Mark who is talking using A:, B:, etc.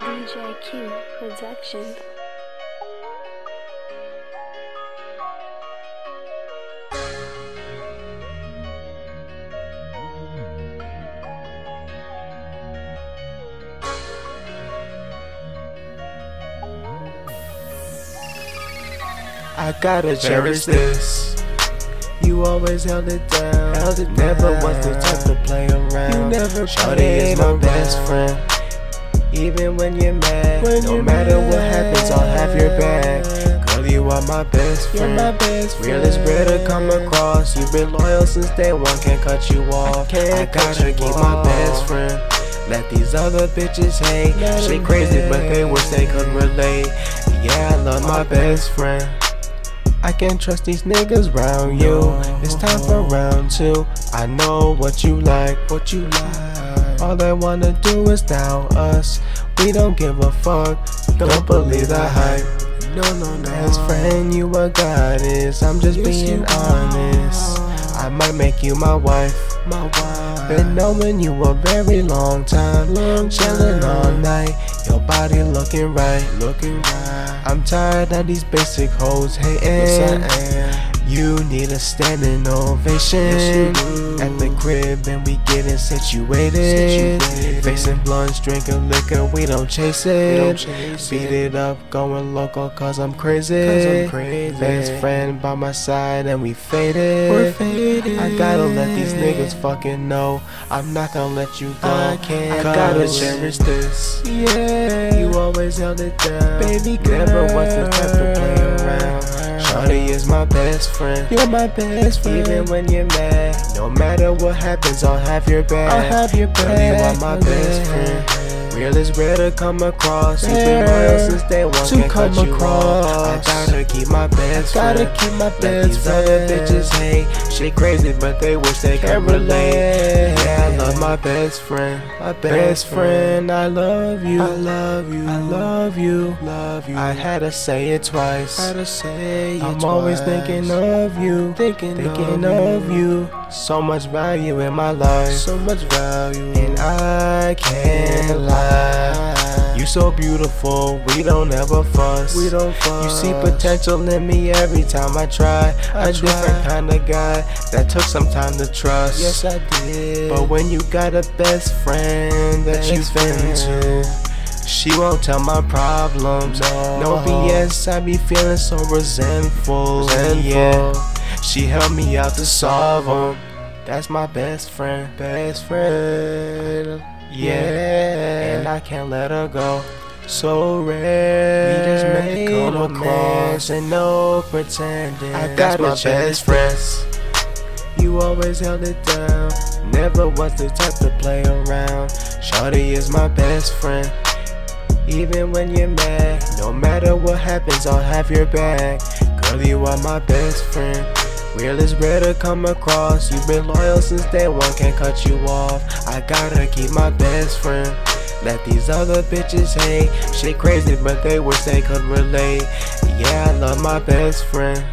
A: HIQ Production.
B: I gotta cherish this. You always held it down.
C: Held it
B: Never
C: down.
B: was the type to play around.
C: You never
B: Shawty
C: played
B: is my
C: around.
B: best friend. Even when you're mad,
C: When
B: no
C: you're
B: matter what happens, I'll have your
C: mad.
B: back. Girl, you are my best
C: You're
B: friend.
C: my best
B: Realest
C: friend.
B: bread to come across. You've been loyal since day one. Can't cut you off.
C: can't
B: I
C: cut
B: gotta
C: you
B: keep my
C: off.
B: best friend. Let these other bitches hate.
C: Let 'em
B: Shit crazy, but they
C: hate.
B: wish they could relate. Yeah, I love my best friend. I can't trust these niggas round you. It's time for round two. I know what you like, what you like. All I wanna do is down us. We don't give a fuck. Don't believe the hype.
C: No, no, no.
B: Best friend, you a goddess. I'm just
C: Yes, you
B: being
C: are.
B: honest. I might make you my wife.
C: my wife.
B: Been knowing you a very long time.
C: Long
B: Chilling all
C: time.
B: night. Your body looking right.
C: looking right.
B: I'm tired of these basic hoes hating.
C: Yes, I am.
B: You need a standing ovation
C: Yes, you do.
B: at the crib, and we getting situated.
C: Situated.
B: Facing blunts, drinking liquor, we don't chase it.
C: don't chase
B: Beat
C: it.
B: it up, going local, cause I'm crazy.
C: 'Cause I'm crazy.
B: Best friend by my side, and we faded.
C: We're faded.
B: I gotta let these niggas fucking know. I'm not gonna let you go.
C: I can't
B: gotta
C: go.
B: cherish this.
C: Yeah.
B: You always held it down.
C: Baby
B: Never
C: girl.
B: was the type to play around. Shawty is my best friend.
C: You're my best friend.
B: Even when you're mad, no matter what happens, I'll have your back.
C: I'll have your
B: Girl,
C: back,
B: You are my
C: my
B: best
C: back.
B: friend. Realest rare to come across. You've been
C: Rare
B: loyal since day one.
C: to
B: Can't cut
C: come
B: you off.
C: across.
B: I gotta keep my best
C: Gotta
B: friend.
C: keep my
B: Let
C: best
B: these other
C: friend.
B: bitches hate. Shit crazy, but they wish they could
C: Can't
B: relate.
C: relate.
B: Yeah, I love my best friend.
C: My best
B: Best friend,
C: friend.
B: I love you.
C: I love you.
B: I love you.
C: Love you.
B: I had to say it twice.
C: How to say
B: I'm always thinking of you,
C: Thinking
B: thinking
C: of
B: of you. So much value in my life,
C: so much value.
B: and I can't lie. You so beautiful, we don't ever fuss.
C: we don't fuss.
B: You see potential in me every time I try. A
C: I
B: different
C: try.
B: kind of guy that took some time to trust.
C: Yes, I did.
B: But when you got a best friend that
C: Best
B: you've been
C: friend.
B: to, she won't tell my problems.
C: No.
B: No BS, I be feeling so resentful.
C: Resentful.
B: Yeah, she helped me out to solve them. That's my best friend, best friend. Yeah, and I can't let her go. So rare,
C: We just made
B: come
C: a
B: across
C: mess.
B: and no pretending.
C: I
B: That's
C: got
B: my
C: a chance.
B: best friends. You always held it down. Never was the type to play around. Shawty is my best friend. Even when you're mad, no matter what happens, I'll have your back. Girl, you are my best friend. Realest rare to come across. You've been loyal since day one, can't cut you off. I gotta keep my best friend. Let these other bitches hate. Shit crazy, but they wish they could relate. Yeah, I love my best friend.